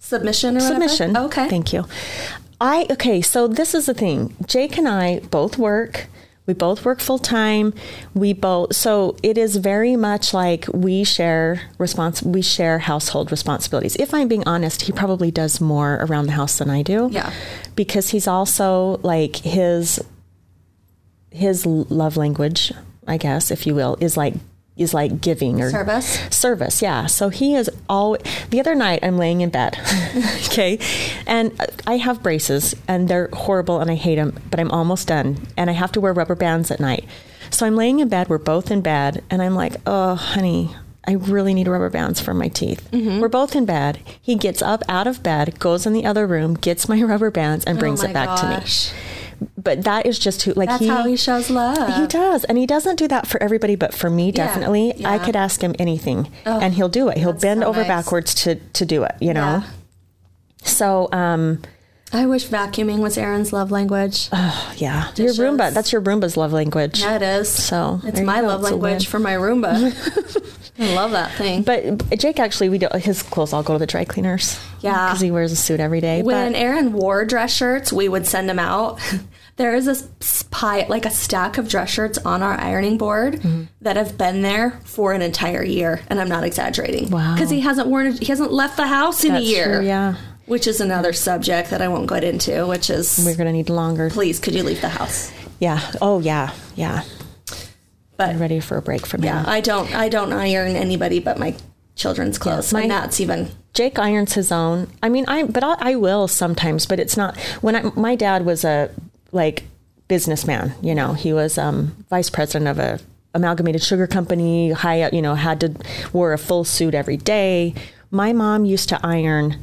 Speaker 2: Submission or whatever?
Speaker 1: submission.
Speaker 2: okay.
Speaker 1: Thank you. I okay, so this is the thing. Jake and I both work. We both work full time. We both so it is very much like we share respons we share household responsibilities. If I'm being honest, he probably does more around the house than I do.
Speaker 2: Yeah.
Speaker 1: Because he's also like his his love language, I guess, if you will, is like is like giving or
Speaker 2: Service.
Speaker 1: service yeah so he is all the other night i'm laying in bed okay and uh, i have braces and they're horrible and i hate them but i'm almost done and i have to wear rubber bands at night so i'm laying in bed we're both in bed and i'm like oh honey I really need rubber bands for my teeth.
Speaker 2: Mm-hmm.
Speaker 1: We're both in bed. He gets up out of bed, goes in the other room, gets my rubber bands, and brings
Speaker 2: Oh my
Speaker 1: it back
Speaker 2: gosh.
Speaker 1: to me. But that is just who, like
Speaker 2: That's how he shows love.
Speaker 1: he does, and he doesn't do that for everybody, but for me, definitely. I
Speaker 2: yeah. Oh,
Speaker 1: could ask him anything, and he'll do it. He'll
Speaker 2: that's
Speaker 1: bend
Speaker 2: so
Speaker 1: over
Speaker 2: nice.
Speaker 1: backwards to to do it. You know.
Speaker 2: Yeah.
Speaker 1: So, um,
Speaker 2: I wish vacuuming was Aaron's love language.
Speaker 1: Uh, yeah, your Roomba.
Speaker 2: Dishes.
Speaker 1: That's your Roomba's love language.
Speaker 2: Yeah, it is.
Speaker 1: So,
Speaker 2: it's
Speaker 1: there you
Speaker 2: my
Speaker 1: go.
Speaker 2: love
Speaker 1: It's a win.
Speaker 2: language for my Roomba. I love that thing.
Speaker 1: But Jake actually, we do, his clothes all go to the dry cleaners.
Speaker 2: Yeah.
Speaker 1: because he wears a suit every day.
Speaker 2: when
Speaker 1: but
Speaker 2: Aaron wore dress shirts, we would send them out. There is a s- pie, like a stack of dress shirts on our ironing board
Speaker 1: Mm-hmm.
Speaker 2: that have been there for an entire year, and I'm not exaggerating.
Speaker 1: Wow.
Speaker 2: because he hasn't worn, it- he hasn't left the house in a
Speaker 1: that's
Speaker 2: year.
Speaker 1: true, yeah,
Speaker 2: which is another subject that I won't get into. Which is,
Speaker 1: we're gonna need longer.
Speaker 2: please, could you leave the house?
Speaker 1: Yeah. Oh yeah, yeah.
Speaker 2: But-
Speaker 1: I'm ready for a break from
Speaker 2: Yeah,
Speaker 1: him.
Speaker 2: I don't, I don't iron anybody but my children's clothes,
Speaker 1: my-
Speaker 2: and that's even
Speaker 1: Jake irons his own. I mean, I but I, I will sometimes, but it's not when I, my dad was a like businessman. You know, he was um, vice president of a amalgamated sugar company. High, up, you know, had to wore a full suit every day. My mom used to iron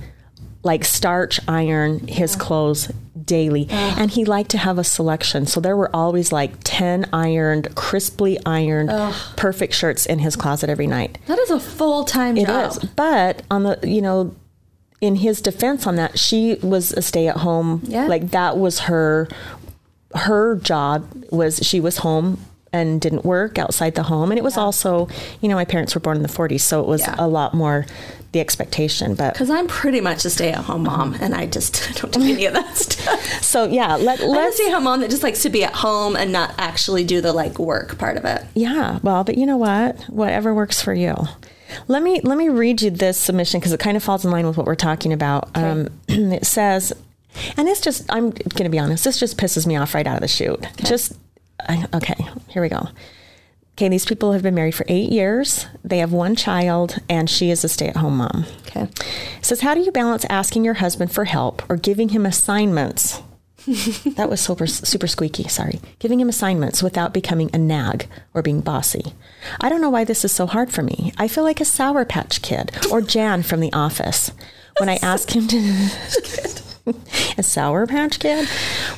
Speaker 1: like starch iron his clothes daily and he liked to have a selection so there were always like 10 ironed crisply ironed perfect shirts in his closet every night
Speaker 2: that is a full time
Speaker 1: it
Speaker 2: job.
Speaker 1: is, But on the, you know, in his defense on that, she was a stay at home.
Speaker 2: Yeah.
Speaker 1: Like that was her, her job was she was home and didn't work outside the home. And it was also, you know, my parents were born in the 40s. So it was
Speaker 2: Yeah.
Speaker 1: a lot more the expectation. But
Speaker 2: Because I'm pretty much a stay at home mom, and I just don't do any of that stuff.
Speaker 1: so, yeah, let,
Speaker 2: I'm a
Speaker 1: let's.
Speaker 2: stay at home mom that just likes to be at home and not actually do the like work part of it.
Speaker 1: Yeah, well, but you know what? Whatever works for you. Let me let me read you this submission because it kind of falls in line with what we're talking about. Um, it says, and this just I'm going to be honest, this just pisses me off right out of the chute. Just I, okay, here we go. Okay, these people have been married for eight years. They have one child, and she is a stay-at-home mom.
Speaker 2: Okay.
Speaker 1: It says, how do you balance asking your husband for help or giving him assignments? that was super, super squeaky, sorry. Giving him assignments without becoming a nag or being bossy. I don't know why this is so hard for me. I feel like a Sour Patch Kid or Jan from The Office. When I ask him to. a Sour Patch Kid?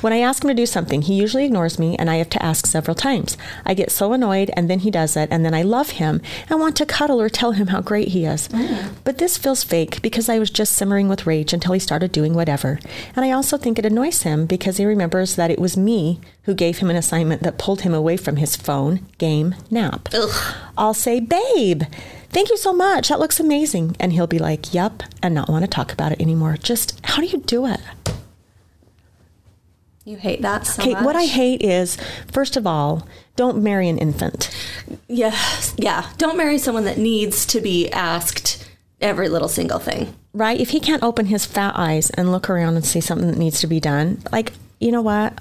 Speaker 1: When I ask him to do something, he usually ignores me and I have to ask several times. I get so annoyed and then he does it and then I love him and want to cuddle or tell him how great he is. But this feels fake because I was just simmering with rage until he started doing whatever. And I also think it annoys him because he remembers that it was me who gave him an assignment that pulled him away from his phone, game, nap. I'll say, Babe, thank you so much. That looks amazing. And he'll be like, Yep, and not want to talk about it anymore. Just how do you do it?
Speaker 2: You hate that so
Speaker 1: Okay,
Speaker 2: much.
Speaker 1: what I hate is, first of all, don't marry an infant.
Speaker 2: yes, yeah. Don't marry someone that needs to be asked every little single thing.
Speaker 1: right? If he can't open his fat eyes and look around and see something that needs to be done, like you know what?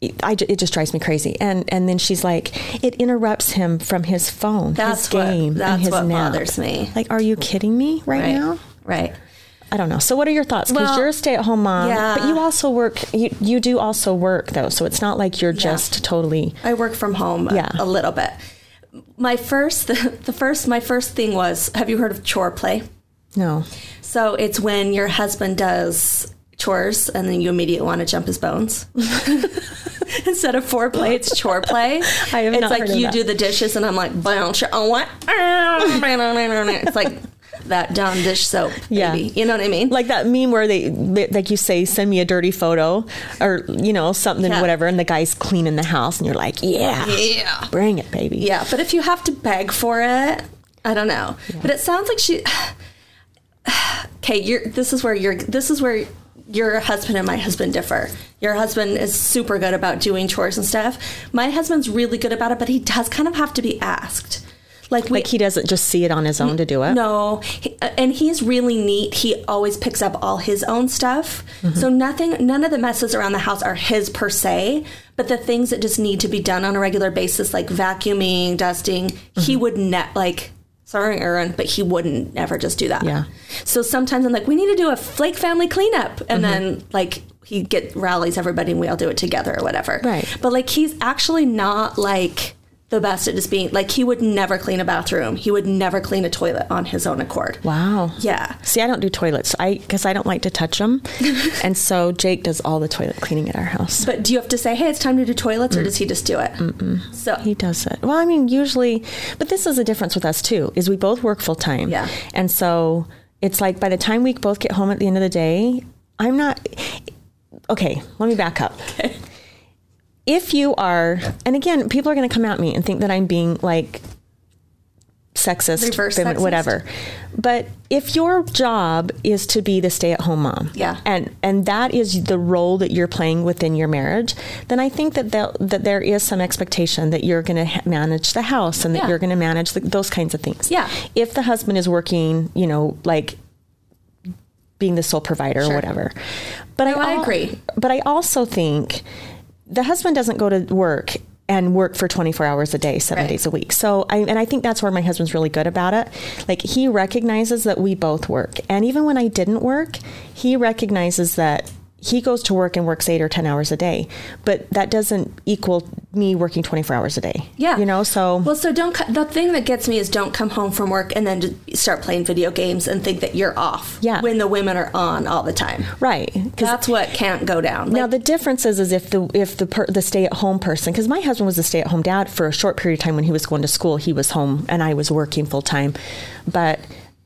Speaker 1: It- I, ju- it just drives me crazy. And and then she's like, it interrupts him from his phone, his
Speaker 2: That's what-
Speaker 1: game, and
Speaker 2: that's
Speaker 1: his
Speaker 2: what
Speaker 1: nap.
Speaker 2: bothers me.
Speaker 1: Like, are you kidding me right,
Speaker 2: Right.
Speaker 1: now?
Speaker 2: Right.
Speaker 1: I don't know. So, what are your thoughts? Because
Speaker 2: Well,
Speaker 1: you're a stay-at-home mom,
Speaker 2: yeah.
Speaker 1: but you also work. You you do also work though, so it's not like you're just totally.
Speaker 2: I work from home a-
Speaker 1: Yeah.
Speaker 2: a, little bit. My first, the, first, my first thing was: Have you heard of chore play?
Speaker 1: No,
Speaker 2: So it's when your husband does chores and then you immediately want to jump his bones. Instead of foreplay, it's chore play.
Speaker 1: I have
Speaker 2: it's
Speaker 1: not
Speaker 2: like
Speaker 1: heard of
Speaker 2: you
Speaker 1: that.
Speaker 2: do the dishes and I'm like, bounce your own what? It's like that down dish soap.
Speaker 1: Yeah.
Speaker 2: Baby. You know what I mean?
Speaker 1: like that meme where they like you say send me a dirty photo or you know something
Speaker 2: Yeah.
Speaker 1: whatever and the guy's cleaning the house and you're like yeah
Speaker 2: yeah.
Speaker 1: bring it baby
Speaker 2: Yeah, but if you have to beg for it, I don't know. But it sounds like she. okay, you're. This is where you're. This is where your husband and my husband differ. Your husband is super good about doing chores and stuff. My husband's really good about it, but he does kind of have to be asked. Like we
Speaker 1: Like he doesn't just see it on his own to do it.
Speaker 2: No, he, uh, and he's really neat. He always picks up all his own stuff. So nothing, none of the messes around the house are his per se. But the things that just need to be done on a regular basis, like vacuuming, dusting, he would net like. Sorry, Aaron, but he wouldn't ever just do that.
Speaker 1: Yeah.
Speaker 2: So sometimes I'm like, we need to do a flake family cleanup, and then like he get rallies everybody, and we all do it together or whatever.
Speaker 1: Right.
Speaker 2: But like he's actually not like the best at just being like he would never clean a bathroom. He would never clean a toilet on his own accord.
Speaker 1: Wow.
Speaker 2: Yeah.
Speaker 1: See, I don't do toilets. I because I don't like to touch them, and so Jake does all the toilet cleaning at our house.
Speaker 2: But do you have to say, hey, it's time to do toilets, or does he just do it? Mm-mm. So
Speaker 1: He does it. Well, I mean, usually, but this is a difference with us too. Is we both work full time.
Speaker 2: Yeah.
Speaker 1: And so it's like by the time we both get home at the end of the day, I'm not. Okay, let me back up. If you are, and again, people are going to come at me and think that I'm being like sexist,
Speaker 2: Reverse
Speaker 1: femi-
Speaker 2: sexist.
Speaker 1: whatever. But if your job is to be the stay-at-home mom,
Speaker 2: Yeah.
Speaker 1: and and that is the role that you're playing within your marriage, then I think that the, that there is some expectation that you're going to ha- manage the house and that
Speaker 2: Yeah.
Speaker 1: you're going to manage the, those kinds of things.
Speaker 2: Yeah.
Speaker 1: If the husband is working, you know, like being the sole provider or
Speaker 2: Sure.
Speaker 1: whatever. But
Speaker 2: I
Speaker 1: al-
Speaker 2: agree.
Speaker 1: But I also think the husband doesn't go to work and work for 24 hours a day, seven
Speaker 2: Right.
Speaker 1: days a week. So, I, and I think that's where my husband's really good about it. Like, he recognizes that we both work. And even when I didn't work, he recognizes that he goes to work and works eight or 10 hours a day. But that doesn't equal me working 24 hours a day.
Speaker 2: yeah,
Speaker 1: You know, so.
Speaker 2: well, so don't. co- The thing that gets me is don't come home from work and then just start playing video games and think that you're off.
Speaker 1: Yeah.
Speaker 2: when the women are on all the time.
Speaker 1: right. Because
Speaker 2: That's what can't go down.
Speaker 1: Now the difference is, is if the if the per, the stay at home person, because my husband was a stay at home dad for a short period of time when he was going to school, he was home and I was working full time, but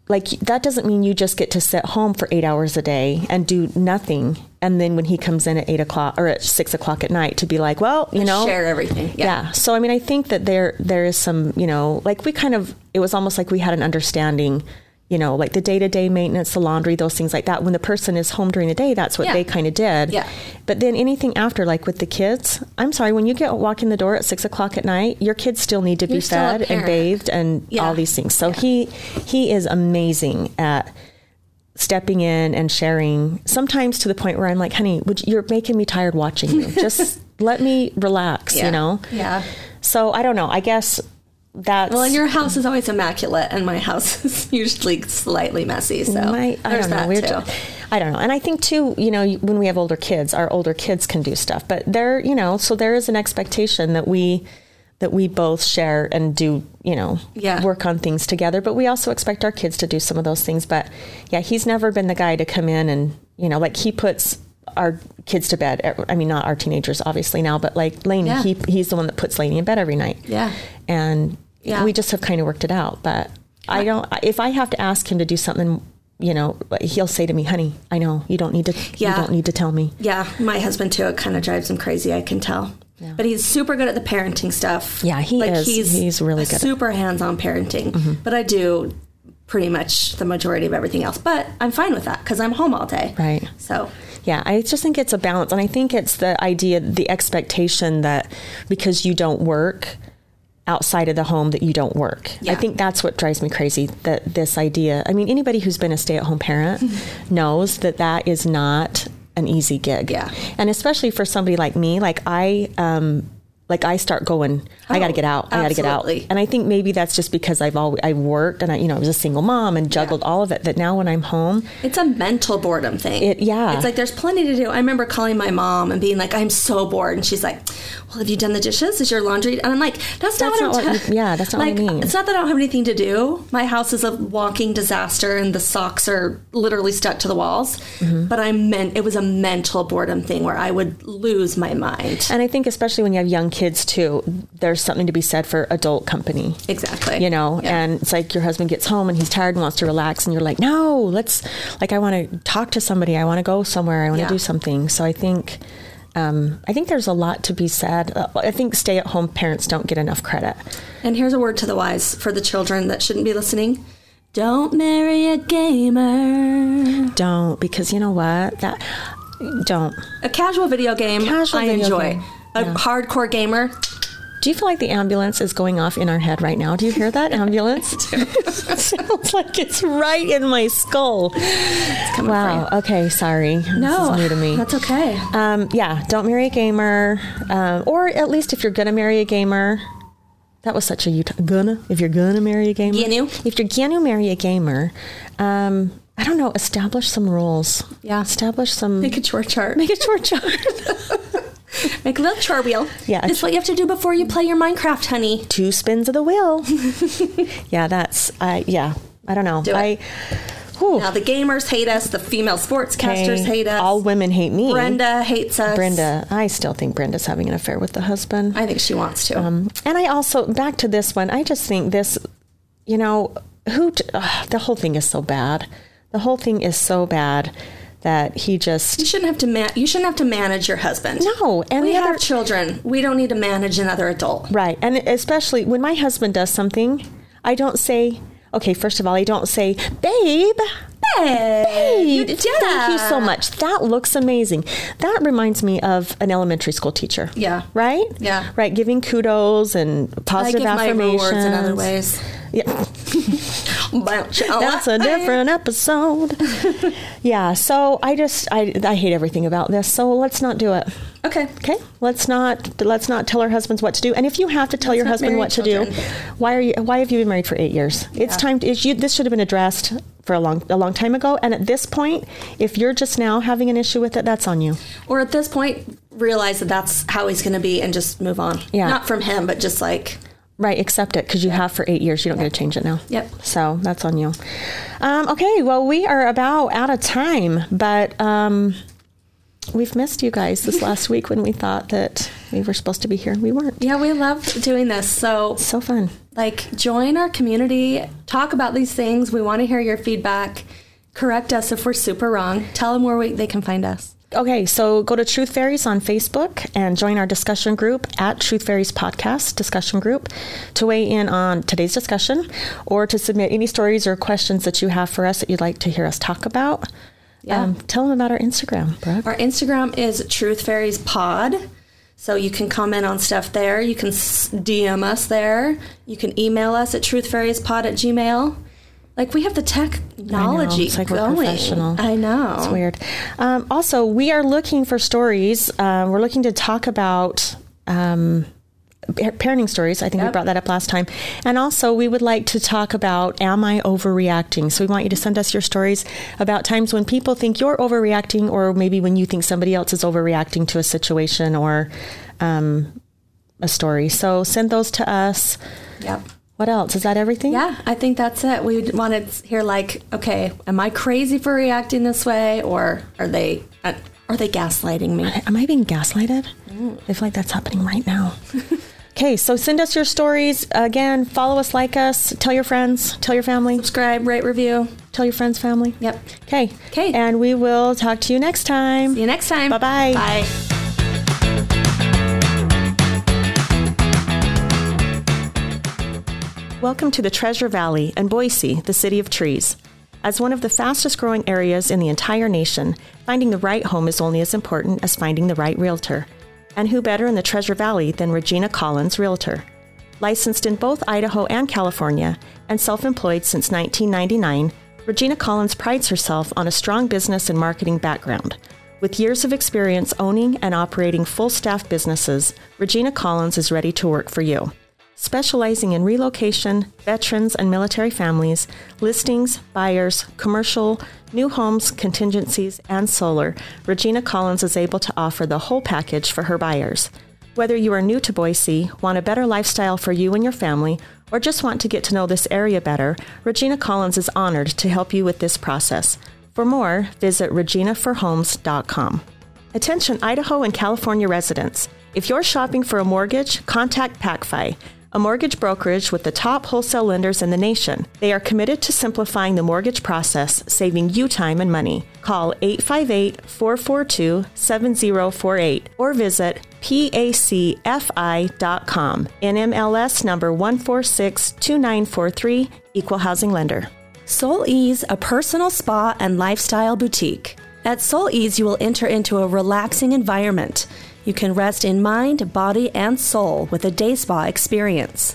Speaker 1: like that doesn't mean you just get to sit home for eight hours a day and do nothing, and then when he comes in at eight o'clock or at six o'clock at night to be like, well, you know,
Speaker 2: share everything. Yeah.
Speaker 1: yeah. So I mean, I think that there there is some, you know, like we kind of it was almost like we had an understanding, you know, like the day to day maintenance, the laundry, those things like that. When the person is home during the day, that's what
Speaker 2: Yeah.
Speaker 1: they kind of did.
Speaker 2: Yeah.
Speaker 1: But then anything after, like with the kids, I'm sorry, when you get walk in the door at six o'clock at night, your kids still need to be
Speaker 2: You're still a
Speaker 1: fed and
Speaker 2: parent.
Speaker 1: bathed and
Speaker 2: Yeah.
Speaker 1: all these things. So he he is amazing at stepping in and sharing sometimes to the point where I'm like, honey, would you, you're making me tired watching you. Just let me relax,
Speaker 2: Yeah.
Speaker 1: you know?
Speaker 2: Yeah.
Speaker 1: So I don't know. I guess that's
Speaker 2: Well, and your house is always immaculate, and my house is usually slightly messy. So
Speaker 1: my. I
Speaker 2: there's
Speaker 1: don't know.
Speaker 2: that
Speaker 1: We're
Speaker 2: too.
Speaker 1: ju- I don't know. And I think too, you know, when we have older kids, our older kids can do stuff, but there, you know, so there is an expectation that we that we both share and do, you know,
Speaker 2: Yeah.
Speaker 1: work on things together. But we also expect our kids to do some of those things. But yeah, he's never been the guy to come in and you know, like he puts our kids to bed. at- I mean, not our teenagers, obviously now, but like Laney,
Speaker 2: Yeah.
Speaker 1: he he's the one that puts Laney in bed every night
Speaker 2: Yeah.
Speaker 1: and
Speaker 2: Yeah.
Speaker 1: we just have kind of worked it out. But I don't. If I have to ask him to do something, you know, he'll say to me, "Honey, I know you don't need to. You
Speaker 2: Yeah.
Speaker 1: don't need to tell me."
Speaker 2: Yeah, my husband too. It kind of drives him crazy. I can tell. But he's super good at the parenting stuff.
Speaker 1: Yeah, he is. He's really good at- Mm-hmm.
Speaker 2: Super hands-on parenting. But I do pretty much the majority of everything else. But I'm fine with that because I'm home all day.
Speaker 1: Right.
Speaker 2: So
Speaker 1: Yeah, I just think it's a balance, and I think it's the idea, the expectation that because you don't work outside of the home that you don't work. I
Speaker 2: Yeah.
Speaker 1: think that's what drives me crazy that this idea. I mean, anybody who's been a stay-at-home parent knows that that is not an easy gig.
Speaker 2: Yeah.
Speaker 1: And especially for somebody like me, like I um like I start going, I got to
Speaker 2: Oh,
Speaker 1: get out. I got to get out.
Speaker 2: absolutely.
Speaker 1: And I think maybe that's just because I've always I've worked and I you know, I was a single mom and juggled all of it that now when I'm home,
Speaker 2: it's a mental boredom thing.
Speaker 1: It- yeah.
Speaker 2: It's like there's plenty to do. I remember calling my mom and being like, "I'm so bored," and she's like, "Well, have you done the dishes? Is your laundry?" And I'm like, "That's not
Speaker 1: That's
Speaker 2: what
Speaker 1: not
Speaker 2: I'm."
Speaker 1: what you- yeah, that's not what I
Speaker 2: like,
Speaker 1: mean.
Speaker 2: It's not that I don't have anything to do. My house is a walking disaster, and the socks are literally stuck to the walls.
Speaker 1: Mm-hmm.
Speaker 2: But I meant it was a mental boredom thing where I would lose my mind.
Speaker 1: And I think especially when you have young kids too, there's something to be said for adult company.
Speaker 2: Exactly.
Speaker 1: You know,
Speaker 2: Yeah.
Speaker 1: and it's like your husband gets home and he's tired and wants to relax, and you're like, no, let's, like, I want to talk to somebody, I want to go somewhere, I want to
Speaker 2: Yeah.
Speaker 1: do something. So I think, um, I think there's a lot to be said. Uh, I think stay-at-home parents don't get enough credit.
Speaker 2: And here's a word to the wise for the children that shouldn't be listening. Don't marry a gamer.
Speaker 1: Don't because you know what that don't.
Speaker 2: A casual video game
Speaker 1: Casual
Speaker 2: I
Speaker 1: video
Speaker 2: enjoy.
Speaker 1: game.
Speaker 2: A
Speaker 1: Yeah.
Speaker 2: hardcore gamer,
Speaker 1: Do you feel like the ambulance is going off in our head right now? Do you hear that ambulance? it sounds like it's right in my skull. Wow. Okay. Sorry.
Speaker 2: No,
Speaker 1: This is new to me.
Speaker 2: That's okay.
Speaker 1: Um, yeah, don't marry a gamer, um, or at least if you're gonna marry a gamer. That was such a Utah gonna. If you're gonna marry a gamer,
Speaker 2: Gonna.
Speaker 1: If you're gonna marry a gamer, um, I don't know. Establish some rules.
Speaker 2: Yeah.
Speaker 1: Establish some.
Speaker 2: Make a chore chart.
Speaker 1: make a chore chart.
Speaker 2: Make a little chore wheel.
Speaker 1: Yeah, a
Speaker 2: It's what you have to do before you play your Minecraft, honey.
Speaker 1: Two spins of the wheel. yeah, that's. I yeah. I don't know.
Speaker 2: Do it.
Speaker 1: I. whew,
Speaker 2: Now, the gamers hate us. The female sportscasters
Speaker 1: okay.
Speaker 2: hate us.
Speaker 1: All women hate me.
Speaker 2: Brenda hates us.
Speaker 1: Brenda. I still think Brenda's having an affair with the husband.
Speaker 2: I think she wants to.
Speaker 1: And I also back to this one. I just think this, you know, who t- ugh, the whole thing is so bad. The whole thing is so bad that he
Speaker 2: you
Speaker 1: just
Speaker 2: shouldn't have to. Ma- you shouldn't have to manage your husband.
Speaker 1: no. And
Speaker 2: we
Speaker 1: the other
Speaker 2: have children. We don't need to manage another adult.
Speaker 1: right, and especially when my husband does something, I don't say. Okay, first of all, I don't say, babe.
Speaker 2: Hey, you did that.
Speaker 1: Thank you so much. That looks amazing. That reminds me of an elementary school teacher.
Speaker 2: Yeah.
Speaker 1: Right?
Speaker 2: Yeah.
Speaker 1: Right. Giving kudos and
Speaker 2: I
Speaker 1: positive
Speaker 2: give my
Speaker 1: affirmations.
Speaker 2: rewards in other ways. Oh,
Speaker 1: Yeah.
Speaker 2: That's
Speaker 1: That's a different episode. yeah, so I just I I hate everything about this. So let's not do it.
Speaker 2: Okay.
Speaker 1: Okay? Let's not let's not tell our husbands what to do. And if you have to tell your
Speaker 2: not
Speaker 1: husband
Speaker 2: marry
Speaker 1: what to do,
Speaker 2: children.
Speaker 1: why are you why have you been married for 8 years? It's time to, it's, you, this should have been addressed for a long a long time ago and at this point, if you're just now having an issue with it, that's on you.
Speaker 2: Or at this point, realize that that's how he's going to be and just move on.
Speaker 1: Yeah.
Speaker 2: Not from him, but just like,
Speaker 1: Right, accept it because you have for eight years. You don't get to change it now.
Speaker 2: Yep.
Speaker 1: So that's on you. Um, okay, well, we are about out of time, but um, we've missed you guys this last week when we thought that we were supposed to be here and we weren't.
Speaker 2: yeah, we love doing this. So,
Speaker 1: So fun.
Speaker 2: like, join our community, talk about these things. We want to hear your feedback. Correct us if we're super wrong. Tell them where we, they can find us.
Speaker 1: Okay, so go to Truth Fairies on Facebook and join our discussion group at Truth Fairies Podcast Discussion Group to weigh in on today's discussion or to submit any stories or questions that you have for us that you'd like to hear us talk about.
Speaker 2: Yeah.
Speaker 1: Um, tell them about our Instagram,
Speaker 2: Um,
Speaker 1: Brooke.
Speaker 2: Our Instagram is Truth Fairies Pod. So you can comment on stuff there. You can s- DM us there. You can email us at truthfairiespod at gmail. Like we have the technology
Speaker 1: it's like we're
Speaker 2: going.
Speaker 1: professional.
Speaker 2: I know.
Speaker 1: It's weird. Um, also, we are looking for stories. Uh, we're looking to talk about. Um, pa- parenting stories. I think we
Speaker 2: Yep.
Speaker 1: brought that up last time. And also, we would like to talk about Am I overreacting? So, we want you to send us your stories about times when people think you're overreacting, or maybe when you think somebody else is overreacting to a situation or um, a story. So, send those to us.
Speaker 2: Yep.
Speaker 1: What else? Is that everything?
Speaker 2: Yeah, I think that's it. We want to hear like, okay, am I crazy for reacting this way, or are they uh, are they gaslighting me?
Speaker 1: Am I being gaslighted?
Speaker 2: Mm.
Speaker 1: I feel like that's happening right now. okay, so send us your stories. Again, follow us, like us, tell your friends, tell your family,
Speaker 2: Subscribe, rate, review.
Speaker 1: tell your friends' family.
Speaker 2: Yep.
Speaker 1: Okay.
Speaker 2: 'Kay.
Speaker 1: And we will talk to you next time.
Speaker 2: See you next time.
Speaker 1: Bye-bye.
Speaker 2: Bye.
Speaker 1: Welcome to the Treasure Valley and Boise, the city of trees. As one of the fastest growing areas in the entire nation, finding the right home is only as important as finding the right realtor. And who better in the Treasure Valley than Regina Collins Realtor? Licensed in both Idaho and California and self employed since 1999, Regina Collins prides herself on a strong business and marketing background. With years of experience owning and operating full staff businesses, Regina Collins is ready to work for you. Specializing in relocation, veterans and military families, listings, buyers, commercial, new homes, contingencies, and solar, Regina Collins is able to offer the whole package for her buyers. Whether you are new to Boise, want a better lifestyle for you and your family, or just want to get to know this area better, Regina Collins is honored to help you with this process. For more, visit reginaforhomes.com. Attention Idaho and California residents. If you're shopping for a mortgage, contact PacFi, a mortgage brokerage with the top wholesale lenders in the nation. They are committed to simplifying the mortgage process, saving you time and money. Call 858 442 7048 or visit pacfi.com. NMLS number 1462943, Equal Housing Lender.
Speaker 2: Soul Ease, a personal spa and lifestyle boutique. At Soul Ease, you will enter into a relaxing environment. You can rest in mind, body, and soul with a day spa experience.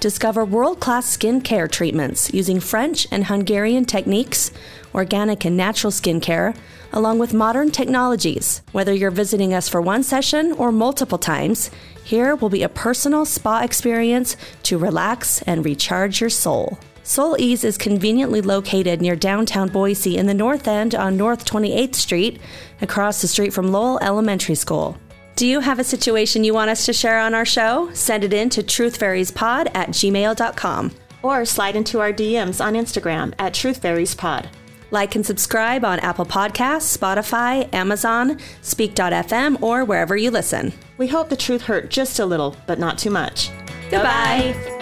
Speaker 2: Discover world class skin care treatments using French and Hungarian techniques, organic and natural skincare, along with modern technologies. Whether you're visiting us for one session or multiple times, here will be a personal spa experience to relax and recharge your soul. Soul Ease is conveniently located near downtown Boise in the north end on North 28th Street, across the street from Lowell Elementary School. Do you have a situation you want us to share on our show? Send it in to truthfairiespod at gmail.com.
Speaker 1: Or slide into our DMs on Instagram at Truth Fairies Pod.
Speaker 2: Like and subscribe on Apple Podcasts, Spotify, Amazon, Speak.fm, or wherever you listen.
Speaker 1: We hope the truth hurt just a little, but not too much.
Speaker 2: Goodbye. Goodbye.